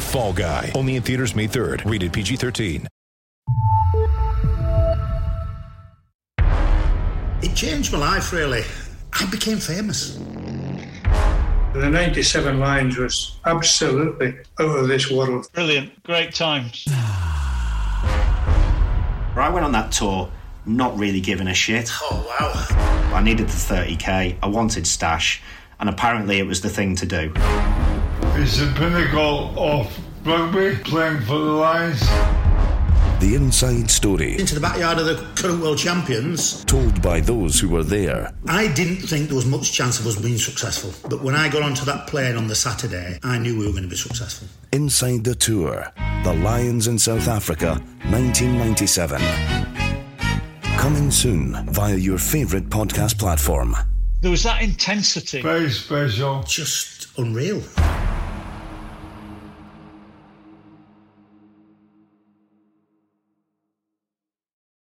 Fall Guy. Only in theaters May 3rd. Rated PG-13. It changed my life, really. I became famous. The 97 lines was absolutely out of this world. Brilliant. Great times. I went on that tour not really giving a shit. Oh, wow. I needed the 30k, I wanted stash, and apparently it was the thing to do. It's the pinnacle of rugby playing for the Lions. The inside story Into the backyard of the current world champions, told by those who were there. I didn't think there was much chance of us being successful. But when I got onto that plane on the Saturday, I knew we were going to be successful. Inside the tour. The Lions in South Africa, 1997. Coming soon via your favourite podcast platform. There was that intensity. Very special. Just unreal.